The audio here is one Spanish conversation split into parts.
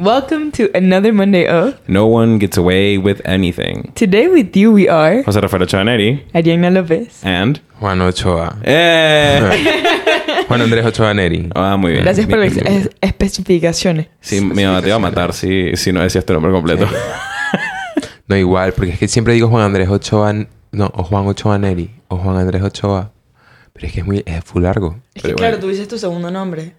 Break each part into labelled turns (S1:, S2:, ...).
S1: Welcome to another Monday of.
S2: No one gets away with anything.
S1: Today with you we are
S2: José Rafael Chavaneri
S1: Ariana López.
S2: and...
S3: Juan Ochoa.
S2: ¡Eh!
S3: Juan Andrés Ochoa Neri.
S2: Ah, muy bien.
S1: Gracias por
S2: Mi-
S1: las es- especificaciones.
S2: Sí, mi mamá te iba a matar si, si no decías tu nombre completo.
S3: No igual, porque es que siempre digo Juan Andrés Ochoa... N- No, o Juan Ochoa Neri. O Juan Andrés Ochoa. Pero es que es muy... Es full largo.
S1: Es que
S2: Pero
S1: claro,
S2: bueno.
S1: tú dices tu segundo nombre.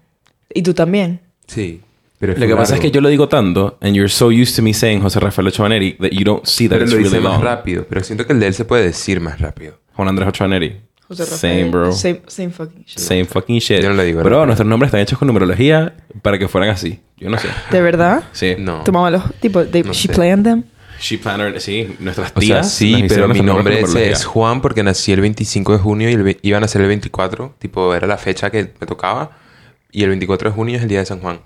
S1: Y tú también.
S3: Sí. Pero
S2: Lo que pasa es que yo lo digo tanto, and you're so used to me saying José Rafael Chavaneri that you don't see that
S3: Pero
S2: it's
S3: lo
S2: really
S3: dice más
S2: long.
S3: rápido. Pero siento que el de él se puede decir más rápido.
S2: Juan Andrés Ochoaneri.
S1: José Rafael.
S2: Same, bro. Same,
S1: Same, same fucking shit.
S2: fucking shit.
S3: Yo no lo digo
S2: Bro,
S3: rápido.
S2: nuestros nombres están hechos con numerología para que fueran así. Yo no sé.
S1: ¿De verdad?
S2: Sí.
S3: No.
S1: Tu mamá los... Tipo, they,
S3: No
S1: she
S3: sé.
S1: planned them.
S2: She planner, sí. Nuestras
S3: O sea,
S2: tías.
S3: sí,
S2: nos
S3: pero
S2: hicieron
S3: mi
S2: nuestros nombres
S3: nombre
S2: con
S3: ese
S2: numerología.
S3: es Juan porque nací el 25 de junio y el ve- iban a ser el 24. Tipo, era la fecha que me tocaba. Y el 24 de junio es el día de San Juan.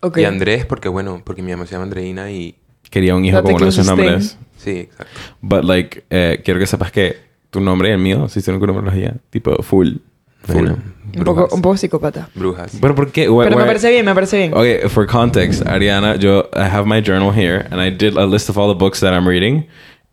S1: Ok.
S3: Y Andrés porque, bueno, porque mi mamá se llama Andreina y...
S2: Quería un hijo
S1: That's the
S2: con uno de esos
S1: closest thing.
S2: nombres.
S3: Sí, exacto.
S2: But like, eh, quiero que sepas que tu nombre y el mío se hicieron con numerología. Tipo, full. Full.
S3: Bueno,
S1: un, poco,
S3: brujas.
S1: un poco psicópata.
S3: Brujas.
S2: Pero ¿por qué? Why-
S1: Pero me
S2: why-
S1: parece bien, me parece bien.
S2: Okay, for context, Ariana, yo, I have my journal here, and I did a list of all the books that I'm reading,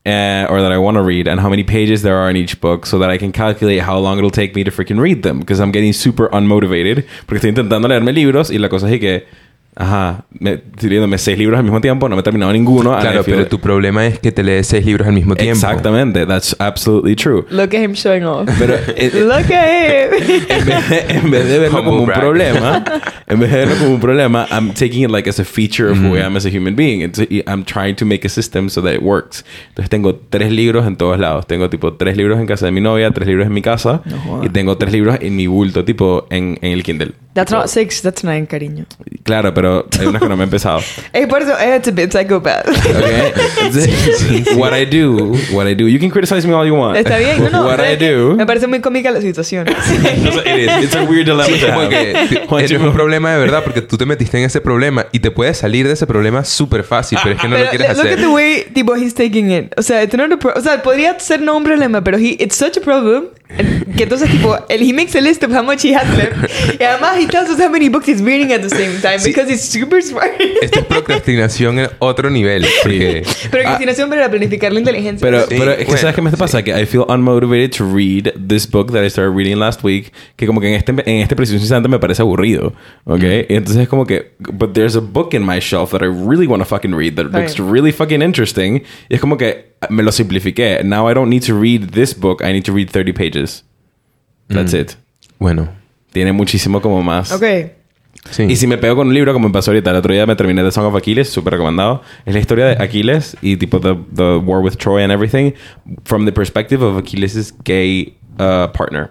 S2: uh, or that I want to read, and how many pages there are in each book, so that I can calculate how long it'll take me to freaking read them, because I'm getting super unmotivated, porque estoy intentando leerme libros, y la cosa es que, ajá, me, estoy leyéndome seis libros al mismo tiempo, no me he terminado ninguno. and I
S3: Claro,
S2: feel-
S3: pero tu problema es que te lees seis libros al mismo tiempo.
S2: Exactamente, that's absolutely true.
S1: Look at him showing off.
S2: Pero... eh,
S1: Look at
S2: en
S1: him.
S2: vez, de- en vez de verlo
S3: Humble
S2: como un
S3: brag.
S2: problema, en vez de verlo como un problema, I'm taking it like as a feature of
S3: Mm.
S2: who I am as a human being. It's- I'm trying to make a system so that it works. Entonces tengo tres libros en todos lados. Tengo tipo tres libros en casa de mi novia, tres libros en mi casa y tengo tres libros en mi bulto, tipo en, en el Kindle.
S1: that's not six, that's nine, cariño.
S2: Claro, pero hay unas que no me he empezado.
S1: Hey, por eso, eh, it's a bit psychopath.
S2: Okay. what I do, what I do. You can criticize me all you want.
S1: Está bien, no, no.
S2: What
S1: pero
S2: I
S1: es que
S2: do.
S1: Me parece muy cómica la situación.
S2: It is. It's a weird dilemma to
S3: Como
S2: have.
S3: que
S2: Juan,
S3: eres
S2: chico.
S3: un problema de verdad porque tú te metiste en ese problema y te puedes salir de ese problema súper fácil, pero es que no
S1: pero
S3: lo quieres
S1: le- look
S3: hacer.
S1: at the way tipo he's taking it. O sea, it's not a pro- o sea, podría ser no un problema, pero he it's such a problem and- que entonces tipo el he makes a list of pues, how much he has left y además he tells us how many books he's reading at the same time
S3: Sí.
S1: because he's super smart.
S3: Esto es procrastinación en otro nivel. porque-
S1: pero Cristina para planificar la inteligencia.
S2: Ah. Pero,
S3: Sí,
S2: pero es que
S3: bueno,
S2: sabes qué me pasa que I feel unmotivated to read this book that I started reading last week que como que en este en este preciso instante me parece aburrido, ¿ok?
S3: Mm.
S2: Y entonces es como que but there's a book in my shelf that I really want to fucking read that
S1: Está
S2: looks
S1: bien.
S2: really fucking interesting. Y es como que me lo simplifiqué. Now I don't need to read this book. I need to read 30 pages.
S3: Mm.
S2: That's it.
S3: Bueno,
S2: Tiene muchísimo como más.
S1: okay. Mm.
S3: sí.
S2: Y si me pego con un libro, como me pasó ahorita, el otro día me terminé The Song of Achilles, súper recomendado. Es la historia de Aquiles y tipo the, the War with Troy and everything from the perspective of Achilles' gay uh, partner.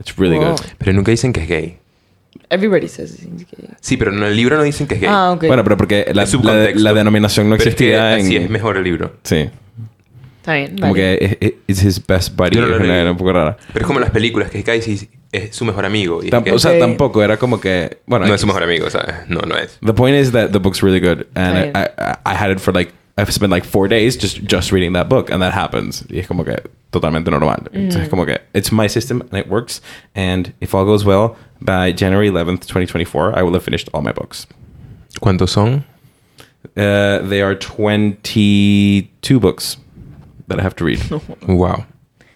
S2: It's really
S1: Wow.
S2: good.
S3: Pero nunca dicen que es gay.
S1: Everybody says it's gay.
S3: Sí, pero en el libro no dicen que es gay.
S1: Ah, ok.
S2: Bueno, pero porque la,
S3: Es su
S2: la-
S3: contexto.
S2: la denominación no
S3: Pero es que
S2: existía en...
S3: así es mejor el libro.
S2: Sí.
S1: Está bien.
S2: Como
S1: vale.
S2: que es- es- it's his best buddy.
S3: Yo no lo
S2: es una-
S3: leí.
S2: era un poco rara.
S3: Pero es como las películas, que es gay y es su mejor amigo. y es
S2: Tamp-
S3: gay.
S2: O sea,
S1: Ok.
S2: tampoco. Era como que... Bueno,
S3: no es su
S2: X.
S3: mejor amigo, ¿sabes? No, no es.
S2: The point is that the book's really good, and I,
S1: Right.
S2: I, I had it for like I've spent like four days just just reading that book, and that happens. Y es como que totalmente normal. So Es como que it's my system and it works. And if all goes well, by January eleventh, twenty twenty four, I will have finished all my books.
S3: ¿Cuántos son?
S2: Uh, they are twenty two books that I have to read.
S3: Wow.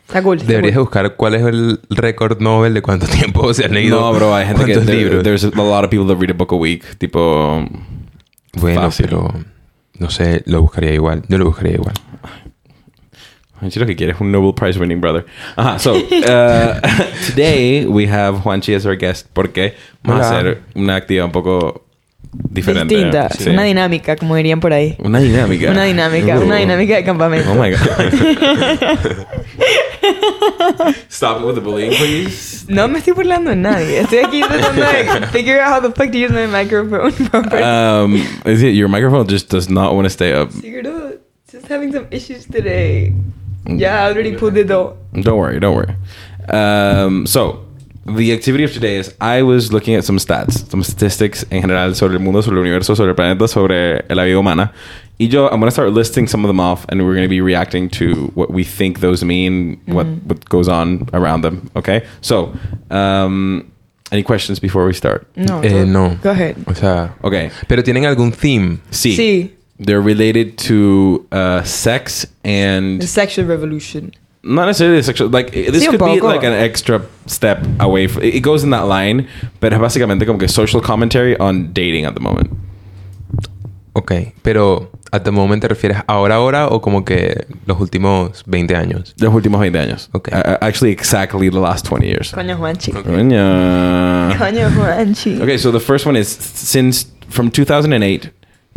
S1: Está cool. está
S3: Deberías
S1: cool.
S3: buscar cuál es el récord Nobel de cuánto tiempo se han leído.
S2: No, bro, hay gente que
S3: cuántos
S2: there-
S3: libros.
S2: there's a lot of people that read a book a week. Tipo,
S3: Bueno,
S2: Fácil.
S3: pero no sé, lo buscaría igual. Yo lo buscaría igual.
S2: Juanchi lo que quiere es un Nobel Prize winning brother. Ajá, so, uh, today we have Juanchi as our guest porque vamos a
S3: Hola.
S2: hacer una actividad un poco diferente.
S1: Distinta.
S2: Sí.
S1: Una dinámica, como dirían por ahí.
S2: Una dinámica.
S1: Una dinámica, una
S2: Uh.
S1: dinámica de campamento.
S2: Oh my God. Stop it with the bullying, please.
S1: No me estoy burlando de nadie. Estoy aquí tratando de figure out how the fuck to use my microphone properly.
S3: Ah.
S2: Um, is it your microphone just does not want to stay up?
S1: Sigurdo, just having some issues today.
S3: Mm.
S1: Yeah, I already pulled it though.
S2: Don't worry, don't worry. Um, so, the activity of today is I was looking at some stats, some statistics en general sobre el mundo, sobre el universo, sobre el planeta, sobre la vida humana. Y yo, I'm going to start listing some of them off and we're going to be reacting to what we think those mean, what, what goes on around them. Okay? So, um, Any questions before we start?
S1: No.
S3: Eh,
S1: go-
S3: no.
S1: Go ahead.
S3: O sea,
S2: Okay.
S3: pero tienen algún theme.
S2: Sí.
S1: Sí.
S2: They're related to uh, sex and
S1: The sexual revolution.
S2: not necessarily sexual. Like eh, this
S1: Sí, un
S2: could be
S1: poco.
S2: like an extra step away. From, it goes in that line, pero es básicamente como que social commentary on dating at the moment.
S3: Ok, pero ¿at the moment te refieres ahora, ahora o como que los últimos 20 años?
S2: Los últimos 20 años.
S3: Okay.
S2: Uh, actually, exactly the last 20 years.
S1: Coño Juanchi.
S2: Coño.
S1: Coño Juanchi.
S2: Okay, so the first one is since from 2008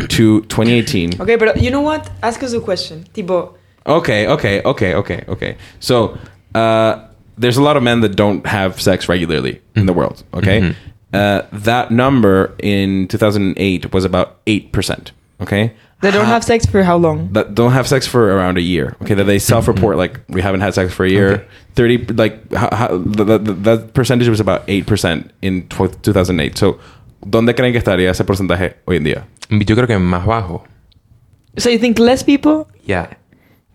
S2: to 2018.
S1: Okay, pero you know what? Ask us a question. Tipo,
S2: Okay, okay, okay, okay, okay. So, uh, there's a lot of men that don't have sex regularly in the world. Okay,
S3: Mhm.
S2: uh, that number in 2008 was about eight percent. Okay,
S1: they don't
S2: How-
S1: have sex for how long?
S2: that don't have sex for around a year. Okay, that they self-report like we haven't had sex for a year.
S3: Okay.
S2: Thirty like how, how, the, the, the, that percentage was about eight percent in tw- 2008. So, ¿dónde creen que estaría ese porcentaje hoy en día?
S3: Yo creo que más bajo.
S1: So you think less people?
S3: Ya.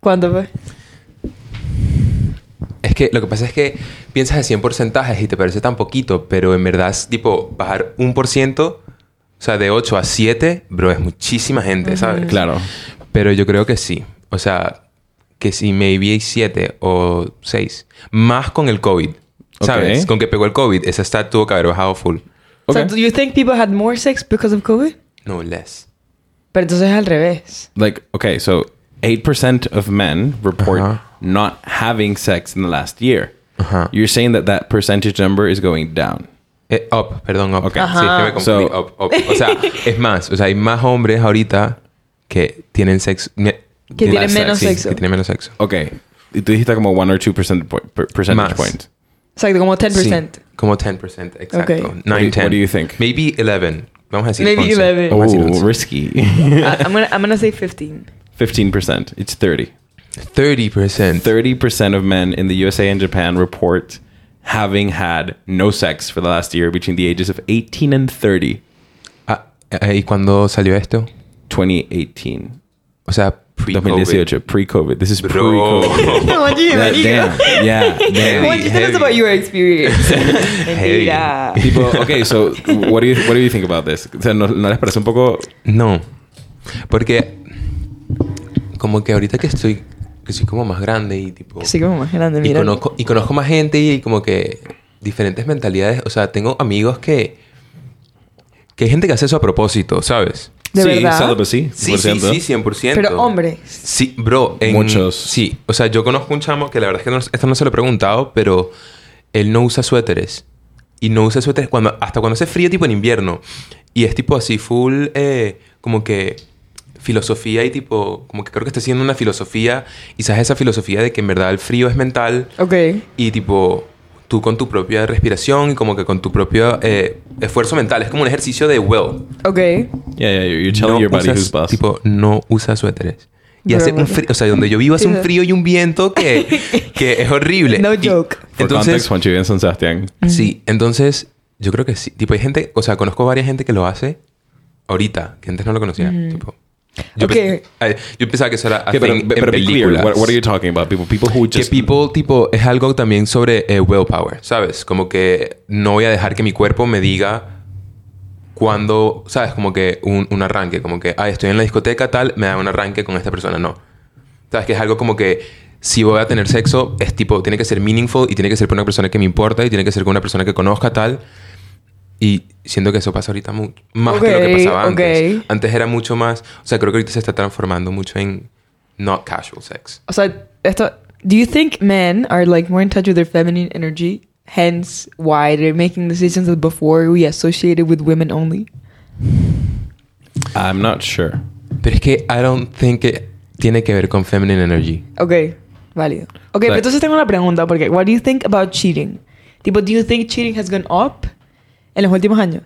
S1: ¿Cuándo fue?
S3: Es que lo que pasa es que piensas así en porcentajes y te parece tan poquito, pero en verdad es tipo bajar un por ciento, o sea, de 8 a 7, bro, es muchísima gente, ¿sabes?
S1: Mm.
S2: Claro.
S3: Pero yo creo que sí. O sea, que si maybe hay 7 o 6, más con el COVID, ¿sabes?
S2: Ok.
S3: Con que pegó el COVID, esa stat tuvo que haber bajado full.
S1: So
S2: Okay.
S1: do you think people had more sex because of COVID?
S3: No less.
S1: Pero entonces es al revés.
S2: like okay, so eight percent of men report
S3: Uh-huh.
S2: not having sex in the last year.
S3: Ajá.
S2: You're saying that that percentage number is going down.
S3: Eh, up, perdón, up.
S2: Ok.
S3: Sí, es que me confundí.
S2: So-
S3: up, up. O sea, es más. O sea, hay más hombres ahorita que tienen sexo. Que
S1: tienen menos
S3: sí,
S1: sexo.
S3: Que tienen menos sexo.
S2: Okay, y tú dijiste como one or two percent point, per- percentage
S3: Más.
S2: point.
S1: Exacto, como
S3: Sí,
S1: 10%.
S3: como 10%, exacto.
S1: Ok.
S3: 9,
S1: What
S2: do you-
S3: 10.
S2: what do you think?
S3: Maybe 11. Vamos a decir
S1: Maybe 11.
S3: 11. Vamos a decir
S2: Oh,
S3: 11.
S2: risky.
S1: I- I'm gonna I'm gonna say 15.
S2: Fifteen percent. It's thirty.
S3: 30%.
S2: 30% of men in the USA and Japan report having had no sex for the last year between the ages of 18 and 30,
S3: Ah, eh, ¿Y cuándo salió esto?
S2: 2018.
S3: O sea, pre-COVID.
S2: 2018, pre COVID. This is pre
S3: Bro.
S2: COVID.
S1: Juanchi, bienvenido.
S2: damn. Yeah.
S3: Heavy,
S1: Juanchi,
S2: Damn.
S1: tell us
S3: heavy.
S1: about your experience.
S3: Heavy.
S1: Mentira.
S2: People, okay, so what do you what do you think about this? O sea, ¿no, no les parece un poco
S3: No. Porque como que ahorita que estoy, que soy como más grande y tipo...
S1: Sí, como más grande,
S3: y
S1: mira.
S3: conozco, y conozco más gente y como que diferentes mentalidades. O sea, tengo amigos que... Que hay gente que hace eso a propósito, ¿sabes?
S1: ¿De
S2: sí,
S1: verdad?
S2: celibacy?
S3: Sí, sí,
S2: 100%.
S3: sí, 100%.
S1: Pero hombres.
S3: Sí, bro. en-
S2: Muchos.
S3: Sí. O sea, yo conozco un chamo que la verdad es que no, esto no se lo he preguntado, pero él no usa suéteres. Y no usa suéteres cuando, hasta cuando hace frío, tipo en invierno. Y es tipo así, full, eh, como que filosofía y tipo, como que creo que está haciendo una filosofía. Y sabes esa filosofía de que en verdad el frío es mental.
S1: Ok.
S3: Y tipo, tú con tu propia respiración y como que con tu propio eh, esfuerzo mental. Es como un ejercicio de will.
S1: Ok.
S2: Yeah, yeah, you're telling
S3: No
S2: your body
S3: usas-
S2: who's boss.
S3: Tipo, no usa suéteres. Y
S1: Bro,
S3: hace un
S1: bro.
S3: frío, o sea, donde yo vivo hace un
S1: Sí.
S3: frío y un viento que, que es horrible.
S1: No
S3: Y-
S1: joke.
S2: For
S3: Entonces,
S2: context, Juan Chivín San Sebastián.
S3: sí, entonces yo creo que sí. Tipo, hay gente, o sea, conozco varias gente que lo hace ahorita, que antes no lo conocía. Tipo, yo,
S1: Mm. Ok.
S3: pens- ay, yo pensaba que eso era a
S2: Okay,
S3: thing
S2: but, but,
S3: en
S2: but be clear.
S3: películas.
S2: What, what are you talking about? People, people who
S3: Que
S2: just
S3: people, tipo, es algo también sobre eh, willpower, ¿sabes? Como que no voy a dejar que mi cuerpo me diga cuando, ¿sabes? Como que un, un arranque, como que, ah, estoy en la discoteca, tal, me da un arranque con esta persona, no. ¿Sabes? Que es algo como que si voy a tener sexo, es tipo, tiene que ser meaningful y tiene que ser con una persona que me importa y tiene que ser con una persona que conozca, tal. Y siento que eso pasa ahorita mu- más que lo que
S1: Ok,
S3: pasaba
S1: ok.
S3: antes. Antes era mucho más, o sea, creo que ahorita se está transformando mucho en not casual sex.
S1: O sea, esto. Do you think men are like more in touch with their feminine energy? Hence, why they're making decisions that before we associated with women only.
S2: I'm not sure.
S3: Pero es que I don't think que tiene que ver con feminine energy.
S1: Okay, válido. Okay, pero
S2: Like-
S1: entonces tengo una pregunta porque what do you think about cheating? Tipo, do you think cheating has gone up en los últimos años?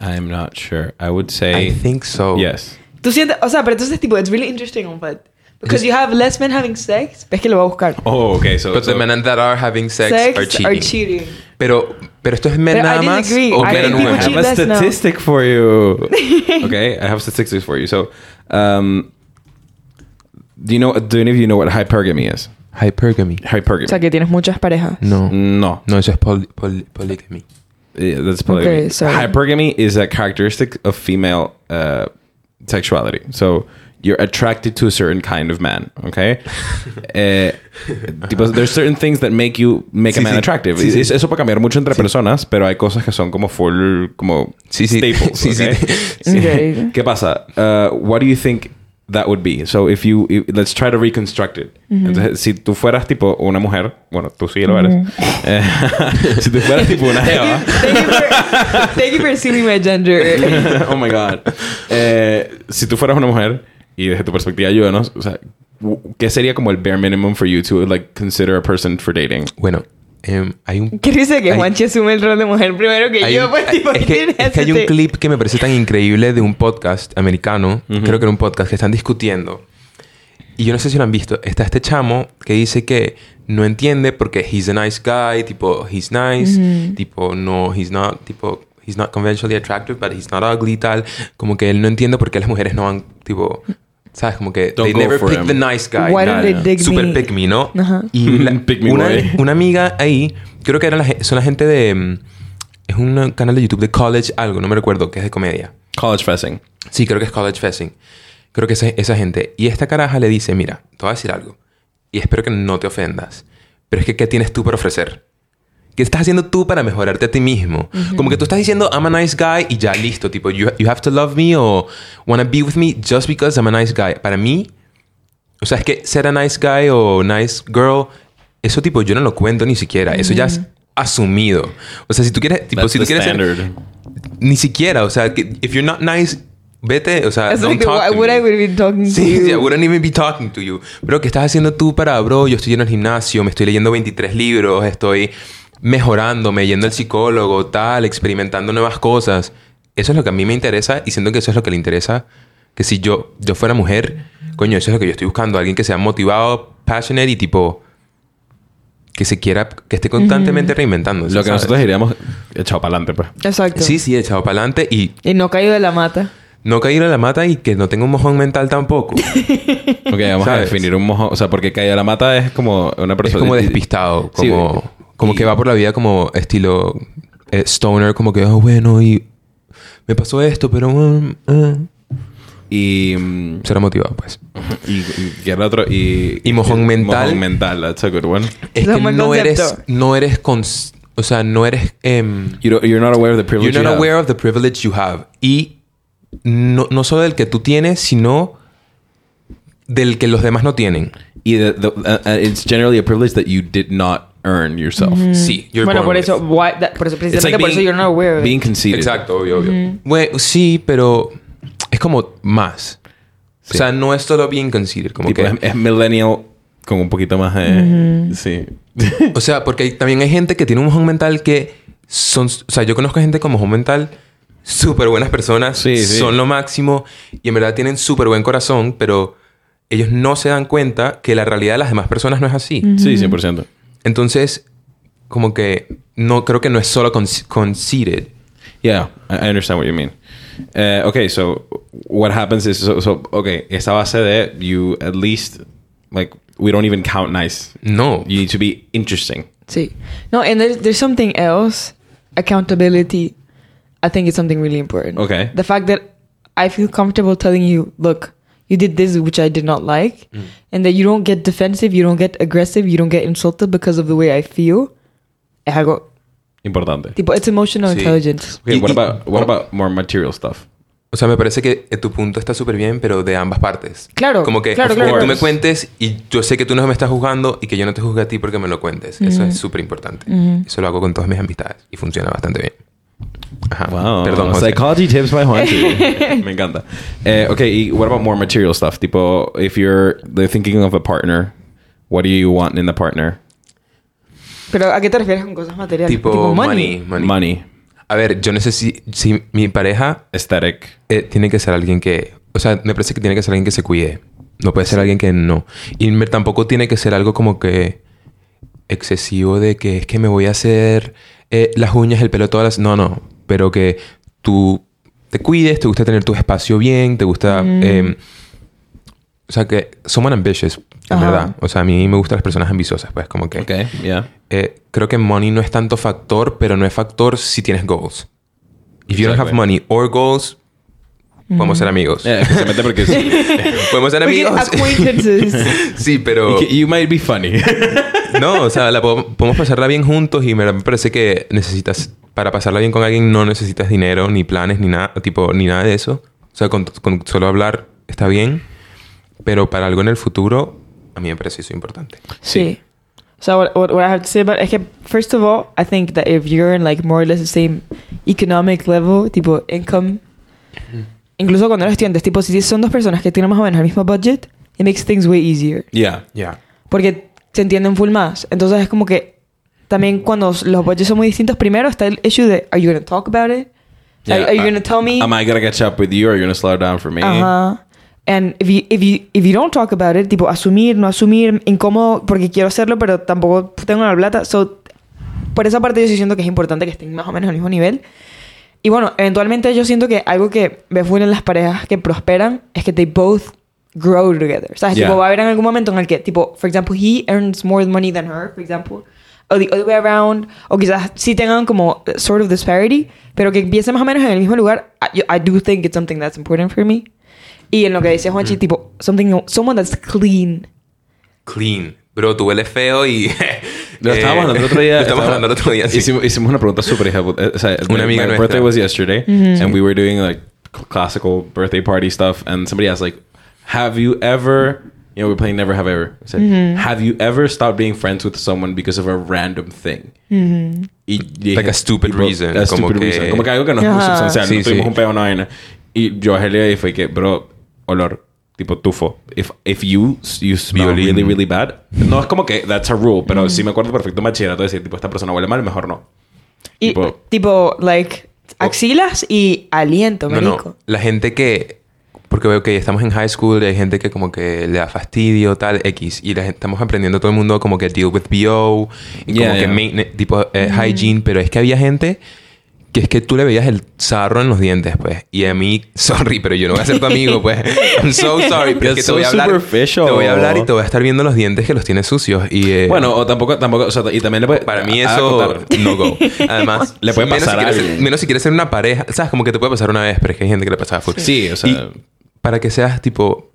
S2: I'm not sure. I would say
S3: I think so.
S2: yes.
S1: Tú sientes, o sea, pero entonces tipo, it's really interesting on that because
S3: Just-
S1: you have less men having sex. Ves que lo va a buscar.
S2: Oh, okay. So,
S3: But
S2: so
S3: the men that are having sex, are cheating.
S1: cheating.
S3: Pero, pero esto es men
S1: Pero I
S3: nada
S1: didn't
S3: más
S1: agree.
S3: o
S1: I
S3: men
S1: think
S3: and
S1: people
S2: I
S3: women.
S1: cheat
S2: have a
S1: less now.
S2: statistic for you. okay, I have statistics for you. So, um, do you know? Do any of you know what hypergamy is?
S3: Hypergamy.
S2: Hypergamy.
S3: Mm.
S1: O sea, que tienes muchas parejas.
S3: No.
S2: No.
S3: No, eso es pol, pol- polygamy.
S2: Yeah, that's polygamy.
S1: Okay, sorry.
S2: Hypergamy is a characteristic of female uh, sexuality. So you're attracted to a certain kind of man. Okay, eh, tipo, there's certain things that make you make a
S3: Sí,
S2: man
S3: sí.
S2: attractive.
S3: Sí, sí.
S2: Es- Eso puede cambiar mucho entre personas, pero hay cosas que son como full como
S3: Sí, sí.
S2: staples.
S3: Sí, sí.
S2: okay?
S1: Sí. Ok.
S2: ¿Qué pasa? Uh, what do you think that would be? So if you if- let's try to reconstruct it.
S1: Mm-hmm.
S2: Entonces, si tú fueras tipo una mujer, bueno, tú sí lo eres.
S1: Mm-hmm.
S2: Eh, si tú fueras tipo una
S1: Thank
S2: jeva,
S1: you, thank, you for, thank you for assuming my gender.
S2: oh my god. Eh, si tú fueras una mujer y desde tu perspectiva ayúdanos, o sea, w- ¿qué sería como el bare minimum for you to like consider a person for dating?
S3: Bueno, em, hay un...
S1: ¿Qué dice que
S3: Hay-
S1: Juanchi asume el rol de mujer primero que
S3: hay
S1: yo?
S3: un-
S1: Pues, tipo, este-
S3: es, que,
S1: ¿quién
S3: es que hay un
S1: hace-
S3: clip que me parece tan increíble de un podcast americano, creo que era un podcast, que están discutiendo. Y yo no sé si lo han visto. Está este chamo que dice que no entiende porque he's a nice guy, tipo, he's nice, tipo, no, he's not, tipo, he's not conventionally attractive, but he's not ugly y tal. Como que él no entiende por qué las mujeres no van, tipo, ¿sabes? Como que
S2: Don't
S3: they
S2: go
S3: never
S2: for
S3: pick
S2: him.
S3: the nice guy.
S1: Why don't
S3: tal.
S1: they dig
S3: Super
S1: me?
S3: pick me, ¿no?
S1: Ajá.
S3: Y la-
S2: Pick me
S3: una,
S2: boy.
S3: una amiga ahí, creo que era la, ge- son la gente de... mm, Es un canal de YouTube de college algo, no me recuerdo, que es de comedia.
S2: College fussing.
S3: Sí, creo que es College Fessing. Creo que esa, esa gente. Y esta caraja le dice, mira, te voy a decir algo. Y espero que no te ofendas. Pero es que, ¿qué tienes tú para ofrecer? ¿Qué estás haciendo tú para mejorarte a ti mismo? Como que tú estás diciendo, I'm a nice guy y ya listo. Tipo, you, you have to love me o wanna be with me just because I'm a nice guy. Para mí, o sea, es que ser a nice guy o nice girl, eso tipo, yo no lo cuento ni siquiera. Eso ya es asumido. O sea, si tú quieres, tipo,
S2: That's
S3: si tú
S2: the
S3: quieres ser-
S2: standard.
S3: ni siquiera, o sea, que if you're not nice, vete, o sea,
S1: It's
S3: don't
S1: like,
S3: talk
S1: why
S3: to
S1: would
S3: me.
S1: I would be talking to
S3: Sí,
S1: you?
S3: sí, I wouldn't even be talking to you. Bro, ¿qué estás haciendo tú para, bro? Yo estoy en el gimnasio, me estoy leyendo 23 libros, estoy mejorándome, yendo al psicólogo, tal, experimentando nuevas cosas. Eso es lo que a mí me interesa y siento que eso es lo que le interesa. Que si yo, yo fuera mujer, coño, eso es lo que yo estoy buscando. Alguien que sea motivado, passionate y tipo... Que se quiera... Que esté constantemente reinventándose.
S2: Lo que
S3: ¿sabes?
S2: nosotros diríamos echado para adelante, pues.
S1: Exacto.
S3: Sí, sí, echado para adelante y
S1: Y no cayó de la mata.
S3: no caer en la mata y que no tenga un mojón mental tampoco. es
S2: Ok, vamos a
S3: ¿Sabes?
S2: definir un mojo. O sea, porque caído a la mata es como una persona.
S3: como despistado,
S2: Sí.
S3: como, como que va por la vida como estilo eh, stoner, como que, "Oh, bueno, y me pasó esto, pero mm, mm".
S2: Y. mm,
S3: será motivado, pues.
S2: Y, y, y el otro. Y,
S3: Y mojón mental.
S2: Mojón mental, that's a good one.
S3: Es
S1: Es un
S3: que
S1: buen
S3: no eres,
S1: concepto.
S3: no eres, cons- o sea, no eres, em,
S2: You don't- you're not aware of the privilege.
S3: you're not
S2: you have.
S3: aware of the privilege you have. Y no, no solo del que tú tienes, sino del que los demás no tienen.
S2: Y the- the- uh, uh, it's generally a privilege that you did not earn yourself.
S3: Sí, you're
S1: Mm. bueno,
S3: born
S1: por
S3: with.
S1: eso, why- that- por eso,
S2: It's
S1: precisamente
S2: like
S1: por eso yo no aware. of it.
S2: being conceited.
S3: Exacto, obvio, obvio. Bueno, sí, pero es como más. O sea, no es solo bien considered. Como
S2: Tipo, em,
S3: que,
S2: es, es millennial con un poquito más de... Sí.
S3: eh, o sea, porque hay- también hay gente que tiene un mojón mental que son... O sea, yo conozco gente con mojón mental súper buenas personas.
S2: Sí, sí.
S3: Son lo máximo. Y en verdad tienen súper buen corazón, pero ellos no se dan cuenta que la realidad de las demás personas no es así.
S2: Sí, 100%.
S3: Entonces, como que no creo que no es solo cons- conceited.
S2: Yeah, I I understand what you mean. Eh, okay, so what happens is... So, so, okay, esa base de you at least... Like, we don't even count nice.
S3: No.
S2: You need to be interesting.
S1: Sí. No, and there's, there's something else. Accountability. I think it's something really important.
S2: Okay.
S1: The fact that I feel comfortable telling you, look, you did this, which I did not like,
S3: Mm.
S1: and that you don't get defensive, you don't get aggressive, you don't get insulted because of the way I feel. Es algo,
S2: Importante.
S1: tipo, it's emotional
S3: Sí.
S1: intelligence.
S2: Okay,
S3: Y-
S2: what
S3: y-
S2: about what
S3: oh.
S2: about more material stuff?
S3: O sea, me parece que eh, tu punto está súper bien, pero de ambas partes.
S1: Claro,
S3: Como que,
S1: claro,
S3: como
S1: claro.
S3: que tú me cuentes y yo sé que tú no me estás juzgando y que yo no te juzgue a ti porque me lo cuentes. Eso es súper importante. Eso lo hago con todas mis amistades y funciona bastante bien. Ajá. Perdón, José.
S2: psychology tips by Juanchi. Me encanta. Eh, okay, y what about more material stuff? Tipo, if you're they're thinking of a partner, what do you want in the partner?
S1: Pero, ¿a qué te refieres con cosas materiales?
S3: tipo, money. money.
S2: Money,
S3: A ver, yo no sé si, si mi pareja
S2: aesthetic.
S3: eh, tiene que ser alguien que... O sea, me parece que tiene que ser alguien que se cuide. No puede ser alguien que no. Y me- tampoco tiene que ser algo como que excesivo de que es que me voy a hacer eh, las uñas, el pelo, todas las... No, no. Pero que tú te cuides, te gusta tener tu espacio bien, te gusta... eh, em, o sea, que someone ambitious, en
S1: Ajá.
S3: verdad. O sea, a mí me gustan las personas ambiciosas, pues, como que.
S2: Okay. Yeah.
S3: Eh, creo que money no es tanto factor, pero no es factor si tienes goals. If you don't have
S2: Exactly.
S3: money or goals, podemos
S2: Mm.
S3: ser amigos.
S2: Yeah, Eh, especialmente porque sí.
S3: Podemos ser
S1: We
S3: amigos.
S1: can acquaintances.
S3: sí, pero.
S2: you might be funny.
S3: No, o sea, la po- podemos pasarla bien juntos y me me parece que necesitas. Para pasarla bien con alguien no necesitas dinero, ni planes, ni nada, tipo, ni nada de eso. O sea, con, con solo hablar está bien. Pero para algo en el futuro, a mí me parece eso importante.
S1: Sí. So what, what, what I have to say about es que first of all, I think that if you're in like more or less the same economic level, tipo income, incluso cuando eres estudiante, tipo si son dos personas que tienen más o menos el mismo budget, it makes things way easier,
S2: yeah.
S3: Ya.
S1: porque se entienden full más. Entonces es como que también cuando los budgets son muy distintos, primero está el issue de are you gonna talk about it? Are,
S2: Yeah,
S1: are you
S2: uh,
S1: gonna tell me? Uh-huh.
S2: Am I gonna catch up with you or are you gonna slow down for me?
S1: Ajá. And if you, if, you, if you don't talk about it, tipo asumir, no asumir, incómodo porque quiero hacerlo, pero tampoco tengo la plata. So, por esa parte yo sí siento que es importante que estén más o menos al mismo nivel. Y bueno, eventualmente yo siento que algo que me funen en las parejas que prosperan es que they both grow together. O sea,
S2: Yeah.
S1: tipo, va a haber en algún momento en el que, tipo, for example, he earns more money than her, for example, o the other way around, o quizás sí tengan como eh, sort of disparity, pero que empiece más o menos en el mismo lugar. I, yo- I do think it's something that's important for me. Y en lo que dice Juanchi, tipo, something, someone that's clean.
S3: Clean. Bro, tú hueles feo y...
S2: Lo
S3: eh,
S2: estábamos hablando el otro día.
S3: Lo estábamos hablando el otro día, sí.
S2: Hicimos, hicimos una pregunta súper hija. puta. Eh, O sea,
S3: Una
S2: my-
S3: amiga
S2: my
S3: nuestra.
S2: birthday was yesterday, and we were doing like cl- classical birthday party stuff, and somebody asked like, "Have you ever?" You know, we're playing Never Have Ever. I said, "Have you ever stopped being friends with someone because of a random thing?" Y dije-
S3: Like a stupid
S2: y bro-
S3: reason,
S2: A
S3: como
S2: stupid
S3: que-
S2: reason. Como que algo que no es
S1: Ajá.
S2: muy sustancial.
S3: Sí,
S2: no tuvimos
S3: sí.
S2: un pedo, una vaina. Y yo a Helia y fue que, bro, olor. Tipo tufo. If, if you, you smell
S3: Violín.
S2: really, really bad. No es como que that's a rule,
S1: Mm.
S2: pero sí me acuerdo perfecto en bachillerato de decir, tipo, esta persona huele mal, mejor no.
S1: Y,
S2: Tipo-
S1: tipo, like, axilas y aliento,
S3: No,
S1: marico.
S3: no. La gente que... Porque veo que estamos en high school y hay gente que como que le da fastidio, tal, X. Y la gente, estamos aprendiendo todo el mundo como que deal with BO. Y
S2: Yeah,
S3: como que
S2: yeah.
S3: mainten- tipo eh, hygiene. Pero es que había gente que es que tú le veías el sarro en los dientes, pues. Y a mí, sorry, pero yo no voy a ser tu amigo, pues. I'm so sorry.
S2: That's
S3: Pero es que te
S2: so
S3: voy a hablar.
S2: superficial.
S3: Te voy a hablar y te voy a estar viendo los dientes que los tienes sucios. Y, eh,
S2: Bueno, o tampoco, tampoco, o sea, y también le puede-
S3: para mí
S2: a- a
S3: eso
S2: acotar.
S3: no go. Además,
S2: Le puede pasar a
S3: menos si, quieres
S2: alguien.
S3: ser, menos si quieres ser una pareja. Sabes, como que te puede pasar una vez, pero es que hay gente que le pasaba full.
S2: Sí, o sea-
S3: Y para que seas tipo,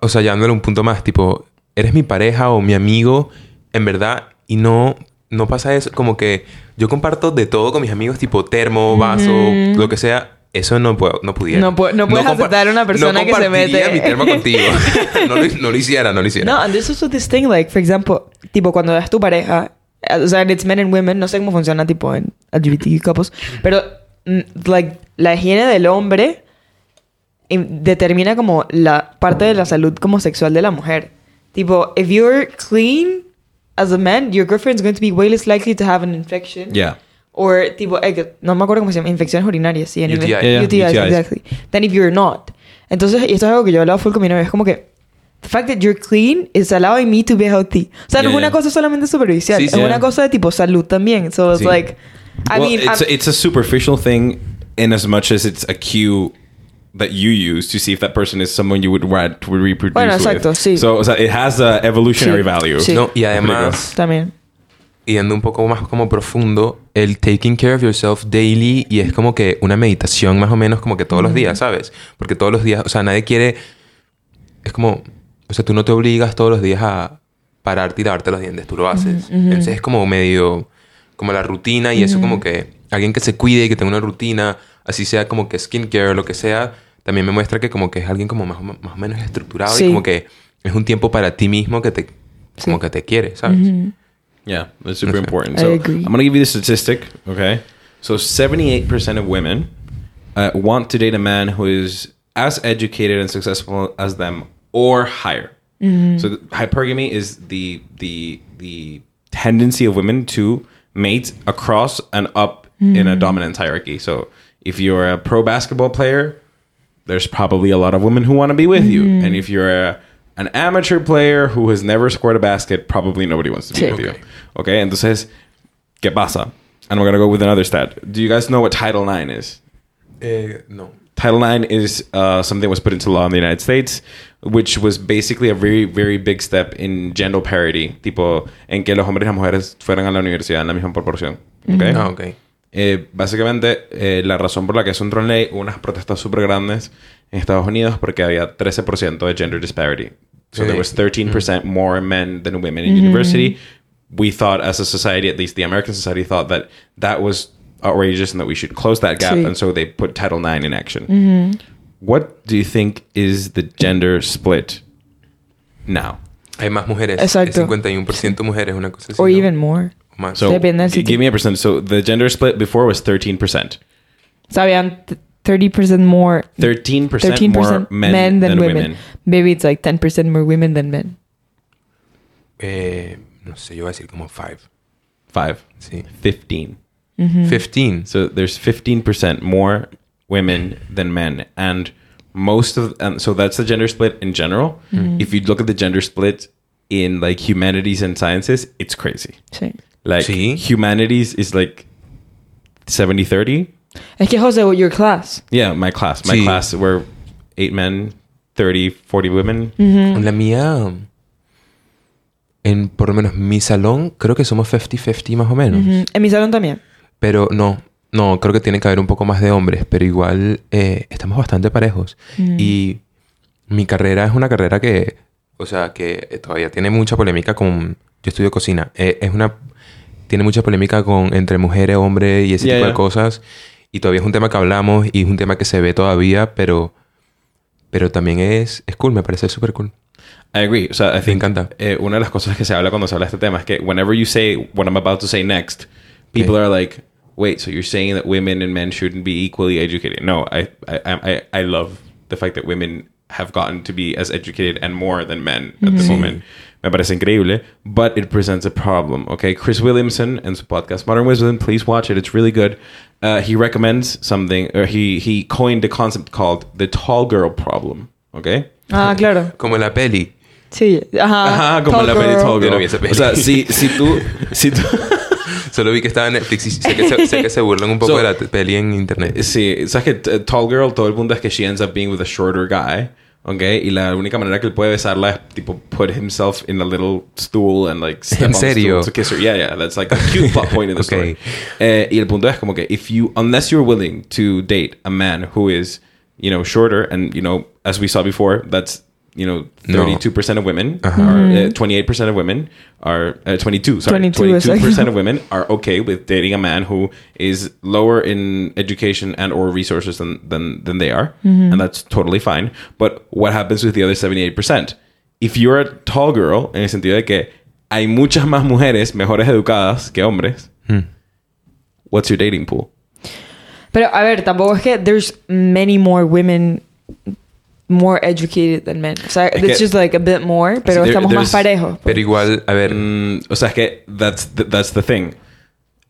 S3: o sea, llevándole un punto más, tipo, eres mi pareja o mi amigo, en verdad, y no, no pasa eso. Como que yo comparto de todo con mis amigos, tipo termo, vaso, lo que sea. Eso no puedo, no pudiera.
S1: No pu- no puedes
S3: compa-
S1: aceptar a una persona que se
S3: compartiría
S1: mete.
S3: mi termo contigo. no, lo, no lo hiciera, no lo hiciera.
S1: No, and there's also this thing, like, for example, tipo, cuando es tu pareja, eh, o sea, and it's men and women, no sé cómo funciona, tipo, en LGBTQ couples, pero, mm, like, la higiene del hombre em, determina como la parte de la salud como sexual de la mujer. Tipo, if you're clean as a man, your girlfriend's going to be way less likely to have an infection.
S2: Yeah.
S1: Or tipo, eh, que no me acuerdo cómo se llama, infecciones urinarias, sí, en
S3: UTI.
S1: inglés.
S3: Yeah,
S2: yeah,
S1: UTIs,
S2: UTIs.
S1: exactly. Then if you're not. Entonces, y esto es algo que yo he hablado full con mi novia, es como que the fact that you're clean is allowing me to be healthy. O sea, no
S2: Yeah,
S1: es una
S2: yeah.
S1: cosa solamente superficial,
S3: Sí,
S1: es
S2: sí.
S1: una cosa de tipo salud también. So it's
S2: Sí.
S1: like I
S2: well,
S1: mean,
S2: it's,
S1: I'm-
S2: a, it's a superficial thing in as much as it's a cue that you use to see if that person is someone you would want to reproduce
S1: Bueno,
S2: with.
S1: exacto, sí.
S2: So, o sea, it has a evolutionary
S1: Sí,
S2: value.
S1: sí.
S3: No, y además,
S1: también.
S3: yendo un poco más como profundo, el taking care of yourself daily y es como que una meditación más o menos como que todos los días, ¿sabes? Porque todos los días, o sea, nadie quiere, es como, o sea, tú no te obligas todos los días a pararte y lavarte los dientes, tú lo haces. Entonces es como medio, como la rutina y eso como que alguien que se cuide y que tenga una rutina, así sea como que skincare, lo que sea, también me muestra que como que es alguien como más, o- más o menos estructurado
S1: Sí.
S3: y como que es un tiempo para ti mismo que te, como que te quiere, ¿sabes?
S2: Yeah, that's super important.
S1: I
S2: So
S1: agree.
S2: I'm going to give you the statistic, okay? So 78% of women uh, want to date a man who is as educated and successful as them or higher.
S1: Mm-hmm.
S2: So the, hypergamy is the the the tendency of women to mate across and up in
S1: Mm-hmm.
S2: a dominance hierarchy. So if you're a pro basketball player, there's probably a lot of women who want to be with you. And if you're a, an amateur player who has never scored a basket, probably nobody wants to be
S1: Sí.
S2: with
S3: Okay.
S2: you. Okay, entonces, ¿qué pasa? And we're going to go with another stat. Do you guys know what Title IX is?
S3: Eh, no.
S2: Title IX is uh, something that was put into law in the United States, which was basically a very, very big step in gender parity, tipo, en que los hombres y las mujeres fueran a la universidad en la misma proporción. ¿ok?
S3: Ah, ok.
S2: Eh, básicamente, eh, la razón por la que eso entró en ley, hubo unas protestas súper grandes en Estados Unidos porque había 13% de gender disparity. So there
S3: Sí.
S2: was 13% more men than women in university. We thought as a society, at least the American society thought that that was outrageous and that we should close that gap.
S1: Sí. Mm.
S2: And so they put Title IX in action. What do you think is the gender split now?
S3: Hay más mujeres.
S1: Exacto.
S3: Es 51% mujeres, una cosa así.
S1: Or
S3: ¿no?
S1: even more.
S3: O Más.
S2: So
S1: Depende del
S2: g-
S1: sitio.
S2: give me a percentage. So the gender split before was 13%.
S1: O sea, habían t- 30% more.
S2: 13%,
S1: 13%
S2: more men, than, women.
S1: Maybe it's like 10% more women than men.
S3: eh, no sé, yo voy a decir como 5.
S2: Five.
S3: Sí.
S2: 15.
S1: Mm-hmm. Mm.
S3: 15.
S2: So there's 15% more women than men. And most of, and so that's the gender split in general.
S1: Mm.
S2: If you look at the gender split in like humanities and sciences, it's crazy.
S1: Sí.
S2: Like
S3: Sí.
S2: humanities is like 70 30.
S1: Es que, Jose, your class.
S2: Yeah, my class. My
S3: Sí.
S2: class were eight men, 30, 40 women.
S1: Mm-hmm.
S3: La mía, en por lo menos mi salón, creo que somos 50-50 más o menos.
S1: Ujú. En mi salón también.
S3: Pero no, no, creo que tiene que haber un poco más de hombres, pero igual eh, estamos bastante parejos.
S2: Mm.
S3: Y mi carrera es una carrera que, o sea, que eh, todavía tiene mucha polémica con... Yo estudio cocina. Eh, es una... Tiene mucha polémica con entre mujeres, hombre y ese
S2: Ya,
S3: tipo
S2: ya.
S3: de cosas. Y todavía es un tema que hablamos y es un tema que se ve todavía, pero... Pero también es, es cool, me parece súper cool.
S2: I agree. O sea, I think
S3: encanta.
S2: eh, una de las cosas que se habla cuando se habla de este tema es que whenever you say what I'm about to say next, people
S3: Sí.
S2: are like, wait, so you're saying that women and men shouldn't be equally educated? No, I I I, I- I love the fact that women have gotten to be as educated and more than men at the moment. Me parece increíble, but it presents a problem. Okay, Chris Williamson and his podcast Modern Wisdom, please watch it. It's really good. Uh, he recommends something, or he he coined a concept called the tall girl problem. Okay.
S1: Ah, claro.
S3: Como la peli.
S1: Sí. Ajá.
S2: Ajá, Ah, como
S1: Tall
S2: la peli
S1: girl.
S2: Tall
S3: Yo
S2: Girl.
S3: no vi esa peli.
S2: O sea, si, si tú... Si tú
S3: Solo vi que estaba en Netflix y sé que se, sé que se burlan un poco
S2: So-
S3: de la te- peli en internet.
S2: sí, sabes que eh, Tall Girl, todo el mundo es que she ends up being with a shorter guy, ¿ok? Y la única manera que él puede besarla es, tipo, put himself in a little stool and, like, step
S3: ¿En
S2: on the stool
S3: serio?
S2: to kiss her. Yeah, yeah, that's, like, a cute plot point in the
S3: Ok.
S2: story. Eh, y el punto es como que if you... Unless you're willing to date a man who is, you know, shorter and, you know, as we saw before, that's, you know,
S3: No.
S2: 32% of women, or uh, 28% of women are... Uh, 22, sorry.
S1: 22 is
S2: 22%
S1: like-
S2: of women are okay with dating a man who is lower in education and or resources than than, than they are and that's totally fine but what happens with the other 78% if you're a tall girl en el sentido de que hay muchas más mujeres mejores educadas que hombres what's your dating pool
S1: Pero, a ver, tampoco es que there's many more women more educated than men. O sea,
S2: Es
S1: it's
S2: que-
S1: just like a bit more, pero
S2: there-
S1: estamos más
S2: there's-
S1: parejos.
S3: Pero igual, a ver,
S2: Mm, o sea, es que that's the, that's the thing.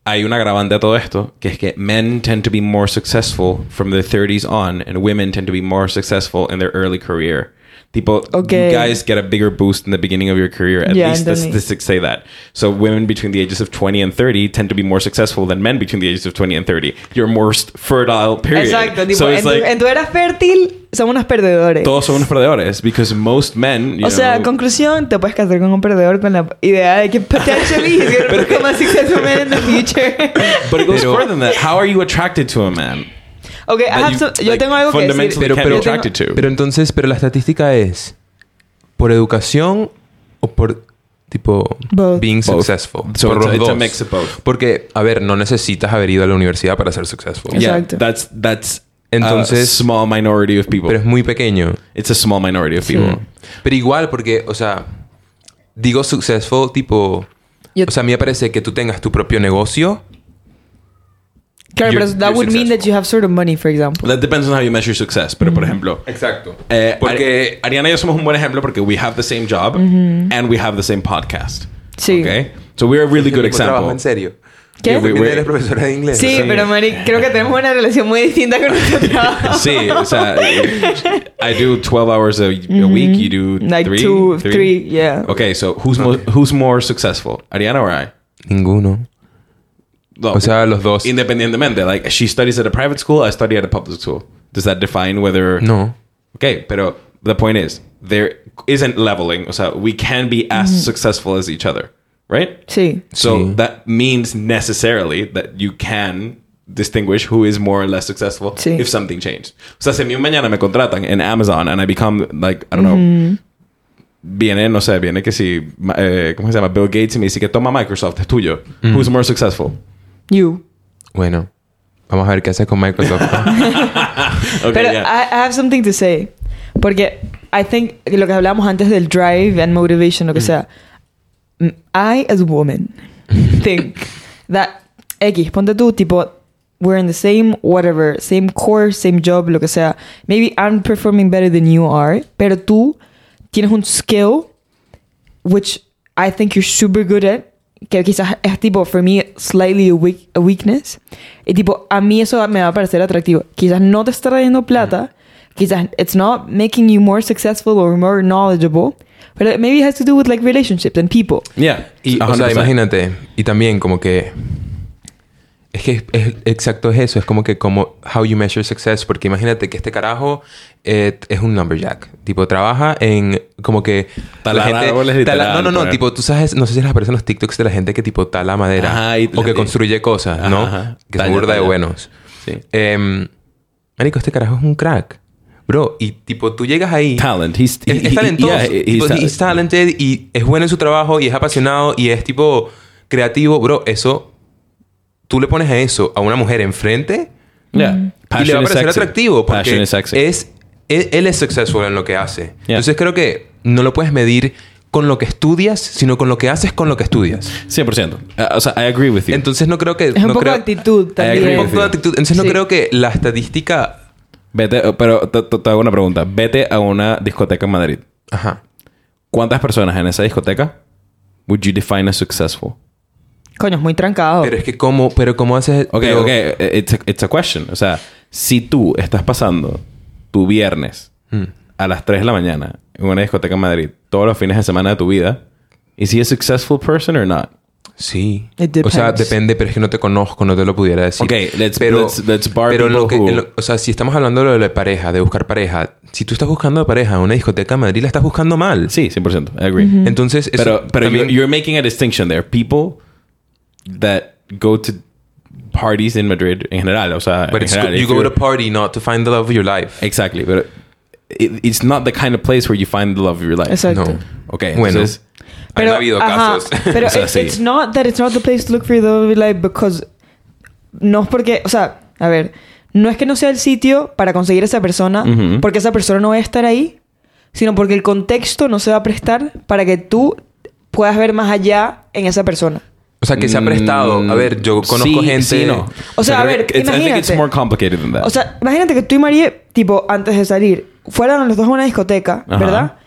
S2: Hay una agravante a todo esto, que es que men tend to be more successful from their 30s on, and women tend to be more successful in their early career. Tipo,
S1: Okay.
S2: you guys get a bigger boost in the beginning of your career. At
S1: Yeah,
S2: least the
S1: entendí.
S2: statistics say that. So women between the ages of 20 and 30 tend to be more successful than men between the ages of 20 and 30. Your more st- fertile period.
S1: Exacto. Tipo,
S2: so
S1: en,
S2: it's
S1: tu,
S2: like,
S1: en tu era fértil, somos unos perdedores.
S2: todos son unos perdedores, because most men, you
S1: O sea,
S2: know,
S1: conclusión, te puedes casar con un perdedor con la idea de que potentially he's gonna become a successful man in the future.
S2: but it goes
S3: Pero-
S2: further than that. How are you attracted to a man?
S1: okay, I
S2: That
S1: have
S2: you,
S1: some- yo
S2: like,
S1: tengo algo que decir.
S2: fundamentally
S3: Pero-
S2: can't
S3: pero-
S2: be attracted to.
S3: pero entonces, pero la estadística es por educación o por tipo
S1: Both.
S3: being
S2: Both.
S3: successful.
S2: So
S3: por
S2: it's a-
S3: los
S2: it's a
S3: dos.
S2: mix of both.
S3: Porque, a ver, no necesitas haber ido a la universidad para ser successful.
S2: yeah,
S1: Exacto.
S2: that's that's a
S3: Entonces-
S2: small minority of people.
S3: Pero es muy pequeño.
S2: It's a small minority of people.
S1: Mm.
S3: Pero igual, porque, o sea, digo successful, tipo.
S1: Yo-
S3: o sea, a mí me parece que tú tengas tu propio negocio.
S1: Claro,
S3: you're-
S1: pero that
S3: you're
S1: would mean that you have sort of money, for example.
S2: That depends on how you measure success. Pero
S1: Mm-hmm.
S2: por ejemplo,
S3: Exacto.
S2: eh,
S3: porque.
S2: Ari- Ariana y yo somos un buen ejemplo porque we have the same job and we have the same podcast.
S1: Mm-hmm. Sí.
S2: Okay, so we're a really good example.
S3: Trabajo, en serio.
S1: ¿Qué?
S3: Yo
S1: Yeah, we-
S3: también
S2: we-
S3: eres profesora de inglés.
S1: Sí,
S3: ¿verdad?
S1: pero Mari, creo que tenemos una relación muy distinta con nuestro trabajo.
S2: Sí, o sea, eh, I do 12 hours a, a week. You do
S1: Mm-hmm. Like
S2: three,
S1: two, three, yeah.
S2: Okay, so who's mo- who's more successful, Ariana or I?
S3: Ninguno.
S2: No,
S3: O sea, los dos.
S2: independientemente. Like she studies at a private school, I study at a public school. Does that define whether
S3: No.
S2: Okay, pero the point is there isn't leveling. So we can be as
S1: Mm-hmm.
S2: successful as each other, right?
S1: Sí.
S2: So
S3: Sí.
S2: that means necessarily that you can distinguish who is more or less successful
S1: Sí.
S2: if something changed. O sea, si a mí mañana me contratan en Amazon and I become like, I don't
S1: Mm-hmm.
S2: know, viene, no sé, viene que si, ma- eh, ¿cómo se llama? Bill Gates y me dice que toma Microsoft, es tuyo.
S3: Mm-hmm.
S2: Who's more successful?
S1: You.
S3: Bueno, vamos a ver qué haces con Microsoft.
S2: Okay,
S1: Pero
S2: yeah.
S1: I, I have something to say. Porque I think lo que hablábamos antes del drive and motivation, lo que sea. Mm, I, as a woman, think that X, ponte tú, tipo, we're in the same whatever, same course, same job, lo que sea. Maybe I'm performing better than you are, pero tú tienes un skill which I think you're super good at, que quizás es tipo, for me, slightly a, weak- a weakness. Y tipo, a mí eso me va a parecer atractivo. Quizás no te está trayendo plata, quizás it's not making you more successful or more knowledgeable, but it maybe has to do with like relationships and people.
S2: yeah.
S3: Y, o
S2: 100%.
S3: sea, imagínate. Y también como que... Es que es, es- exacto es eso. Es como que como... How you measure success. Porque imagínate que este carajo eh, es un lumberjack. Tipo, trabaja en... Como que...
S2: Talar árboles,
S3: tala-
S2: literal, pues.
S3: no, no, no.
S2: poner.
S3: Tipo, tú sabes... No sé si las personas los TikToks de la gente que tipo tala madera.
S2: Ajá, y-
S3: o que construye cosas,
S2: Ajá,
S3: ¿no?
S2: ajá.
S3: Que
S2: Talla,
S3: son burda de
S2: talla.
S3: buenos.
S2: Sí.
S3: Em, marico, este carajo es un crack. Bro, y tipo, tú llegas ahí
S2: Talent. He's, he-
S3: es,
S2: he-
S3: es talentoso.
S2: yeah, he's
S3: Tipo,
S2: talent.
S3: he's talented y es bueno en su trabajo y es apasionado y es tipo creativo. Bro, eso. Tú le pones a eso a una mujer enfrente
S2: Yeah.
S3: y le va a
S2: is
S3: parecer
S2: sexy.
S3: atractivo
S2: Passion
S3: porque
S2: is sexy.
S3: es él, él es successful en lo que hace.
S2: Yeah.
S3: Entonces creo que no lo puedes medir con lo que estudias, sino con lo que haces con lo que estudias.
S2: 100%. Uh, o sea, I agree with you.
S3: Entonces no creo que
S1: Es un
S3: no
S1: poco
S3: creo,
S1: de actitud
S2: I agree
S1: también.
S2: with
S3: un poco de actitud. Entonces no
S1: Sí.
S3: creo que la estadística,
S2: Vete, eh, pero te, te- te hago una pregunta. Vete a una discoteca en Madrid.
S3: ajá,
S2: ¿Cuántas personas en esa discoteca would you define as successful?
S1: Coño, es muy trancado.
S3: pero es que cómo, pero cómo haces
S2: Ok,
S3: pero-
S2: ok. eh, It's a, it's a question. O sea, si tú estás pasando tu viernes
S3: Mm.
S2: a las 3 de la mañana en una discoteca en Madrid todos los fines de semana de tu vida, ¿is he a successful person or not?
S3: Sí.
S1: It
S3: O sea,
S1: depends.
S3: depende, pero es que no te conozco, no te lo pudiera decir.
S2: Ok, let's- let's- let's bar
S3: pero en lo que,
S2: people who-
S3: en lo- O sea, si estamos hablando de lo de pareja, de buscar pareja, si tú estás buscando pareja en una discoteca en Madrid, la estás buscando mal.
S2: Sí, 100%. I agree.
S3: Entonces, eso
S2: Pero, pero
S3: también-
S2: you're, you're making a distinction there. People that go to parties in Madrid en general. O sea,
S3: But
S2: en
S3: it's-
S2: general,
S3: you
S2: if
S3: go
S2: you're-
S3: to a party not to find the love of your life.
S2: Exactly, pero it- it's not the kind of place where you find the love of your life.
S1: Exacto.
S3: No.
S2: Ok,
S3: Bueno,
S2: entonces-
S3: han habido
S1: ajá,
S3: casos.
S1: Pero
S2: O sea,
S1: it's,
S2: sí.
S1: it's not that it's not the place to look for your love of your life because no es porque, o sea, a ver, no es que no sea el sitio para conseguir a esa persona,
S2: Ujú.
S1: porque esa persona no va a estar ahí, sino porque el contexto no se va a prestar para que tú puedas ver más allá en esa persona.
S3: o sea, que se ha prestado. A ver, yo
S2: mm, Sí,
S3: conozco gente.
S2: sí, no.
S1: O sea, a
S2: creo
S1: ver,
S2: que it's- I think it's
S1: imagínate.
S2: more complicated than that.
S1: O sea, imagínate que tú y María, tipo, antes de salir, fueran los dos a una discoteca,
S2: Ajá.
S1: ¿verdad?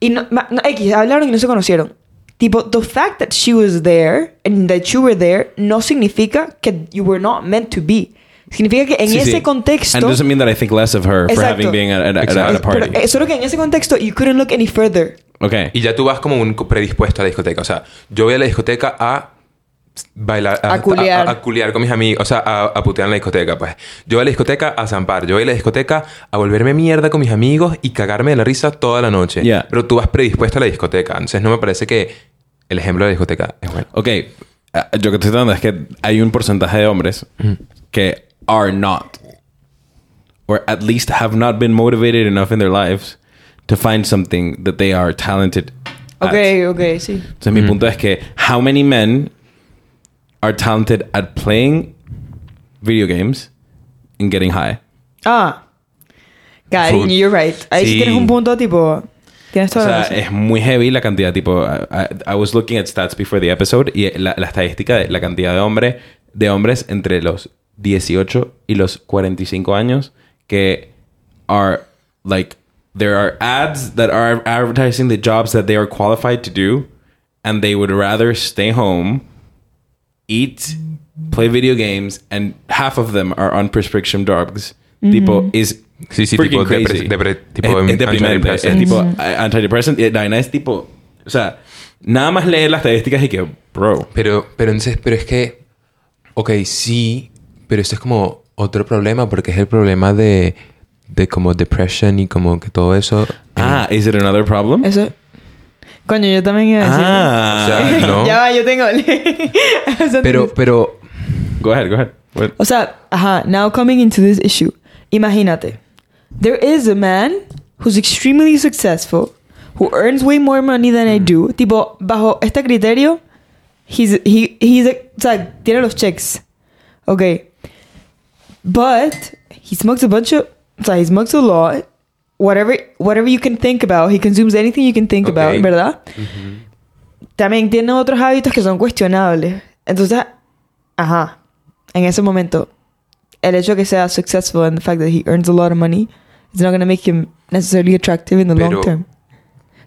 S1: Y no, ma- no, X, hablaron y no se conocieron. Tipo, the fact that she was there and that you were there no significa que you were not meant to be. Significa que en
S2: Sí, sí.
S1: ese contexto...
S2: And doesn't mean that I think less of her for
S1: Exacto.
S2: having been at, at- at- at
S3: Exacto.
S2: a party.
S1: Pero, eh, solo que en ese contexto you couldn't look any further.
S2: okay.
S3: Y ya tú vas como un co- predispuesto a la discoteca. O sea, yo voy a la discoteca a bailar,
S1: A culiar.
S3: a, a culiar con mis amigos, o sea, a, a putear en la discoteca, pues. Yo voy a la discoteca a zampar, yo voy a la discoteca a volverme mierda con mis amigos y cagarme de la risa toda la noche.
S2: Yeah.
S3: Pero tú vas predispuesto a la discoteca, entonces no me parece que el ejemplo de la discoteca es bueno.
S2: Ok, ah, yo que estoy tratando es que hay un porcentaje de hombres que are not, or at least have not been motivated enough in their lives to find something that they are talented at.
S1: Ok, ok, sí.
S2: Entonces mi punto es que how many men are talented at playing video games and getting high.
S1: Ah. Cariño,
S3: Full.
S1: you're right. Ahí sí
S3: Sí.
S1: tienes un punto, tipo... Tienes
S2: O
S1: toda la
S2: sea,
S1: razón.
S2: es muy heavy la cantidad, tipo, I, I- I was looking at stats before the episode y la, la estadística de la cantidad de, hombre, de hombres entre los 18 y los 45 años que are, like, there are ads that are advertising the jobs that they are qualified to do and they would rather stay home, eat, play video games and half of them are on prescription drugs. Tipo, is
S3: Sí, sí,
S2: freaking
S3: tipo depre-
S2: crazy.
S3: depre- tipo
S2: Es- es
S3: antidepresivo.
S2: deprimente, es tipo tipo, eh, antidepressant, y la vaina es tipo, o sea, nada más leer las estadísticas y que, bro.
S3: Pero, pero entonces, pero es que, ok, sí, pero eso es como otro problema porque es el problema de, de como depresión y como que todo eso.
S2: Ah, is it another problem?
S1: Eso. Coño, yo también iba a decir.
S2: Ah,
S3: O sea, ¿no?
S1: ya va, yo tengo. O sea,
S3: Pero, pero,
S2: go ahead, go ahead. What?
S1: O sea, ajá, now coming into this issue. Imagínate. There is a man who's extremely successful, who earns way more money than I do. Tipo, bajo este criterio, he's, he, he's, a- o sea, tiene los checks. Okay. But he smokes a bunch of, o sea, he smokes a lot. Whatever, whatever you can think about. He consumes anything you can think about,
S3: Okay.
S1: ¿verdad? También tiene otros hábitos que son cuestionables. Entonces, ajá, en ese momento, el hecho de que sea successful and the fact that he earns a lot of money, it's not going to make him necessarily attractive in the
S3: Pero-
S1: long term.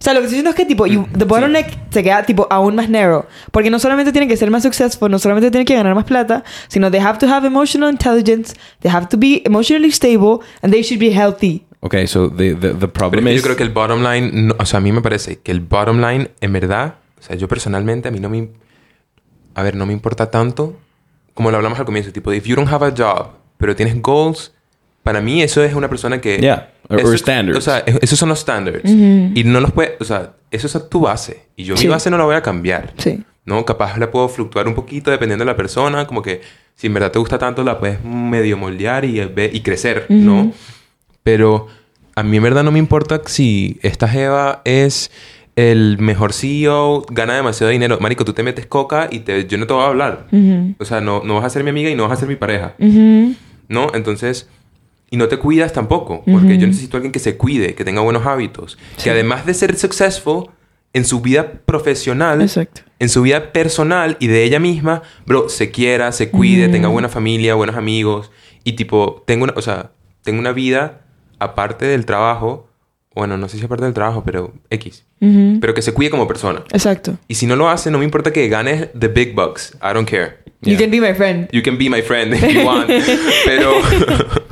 S1: O sea, lo que estoy diciendo es que, tipo, you- the bottleneck se queda, tipo, aún más narrow. Porque no solamente tiene que ser más successful, no solamente tiene que ganar más plata, sino they have to have emotional intelligence, they have to be emotionally stable, and they should be healthy.
S2: Okay, so the the, the
S3: pero
S2: problem
S3: es que
S2: is
S3: yo creo que el bottom line, no- o sea, a mí me parece que el bottom line, en verdad, o sea, yo personalmente, a mí no me, a ver, no me importa tanto, como lo hablamos al comienzo, tipo, if you don't have a job, pero tienes goals, para mí eso es una persona que...
S2: Yeah, or-
S3: eso
S2: or
S3: es-
S2: standards.
S3: O sea, e- esos son los standards. Y no los puedes, o sea, eso es tu base. Y yo
S1: Sí.
S3: mi base no la voy a cambiar.
S1: Sí.
S3: ¿no? Capaz la puedo fluctuar un poquito dependiendo de la persona, como que si en verdad te gusta tanto la puedes medio moldear y, ve- y crecer, ¿no? Pero a mí en verdad no me importa si esta Jeva es el mejor CEO, gana demasiado dinero. Marico, tú te metes coca y te, yo no te voy a hablar.
S1: Mm-hmm.
S3: O sea, no, no vas a ser mi amiga y no vas a ser mi pareja, ¿no? Entonces... Y no te cuidas tampoco, porque yo necesito a alguien que se cuide, que tenga buenos hábitos, que además de ser successful en su vida profesional,
S1: Exacto.
S3: en su vida personal y de ella misma, bro, se quiera, se cuide, tenga buena familia, buenos amigos y tipo, tengo una, o sea, tengo una vida aparte del trabajo, bueno, no sé si aparte del trabajo, pero X, pero que se cuide como persona.
S1: Mm-hmm. Exacto.
S3: Y si no lo hace, no me importa que ganes the big bucks, I don't care.
S1: You can be my friend.
S3: You can be my friend if you want, pero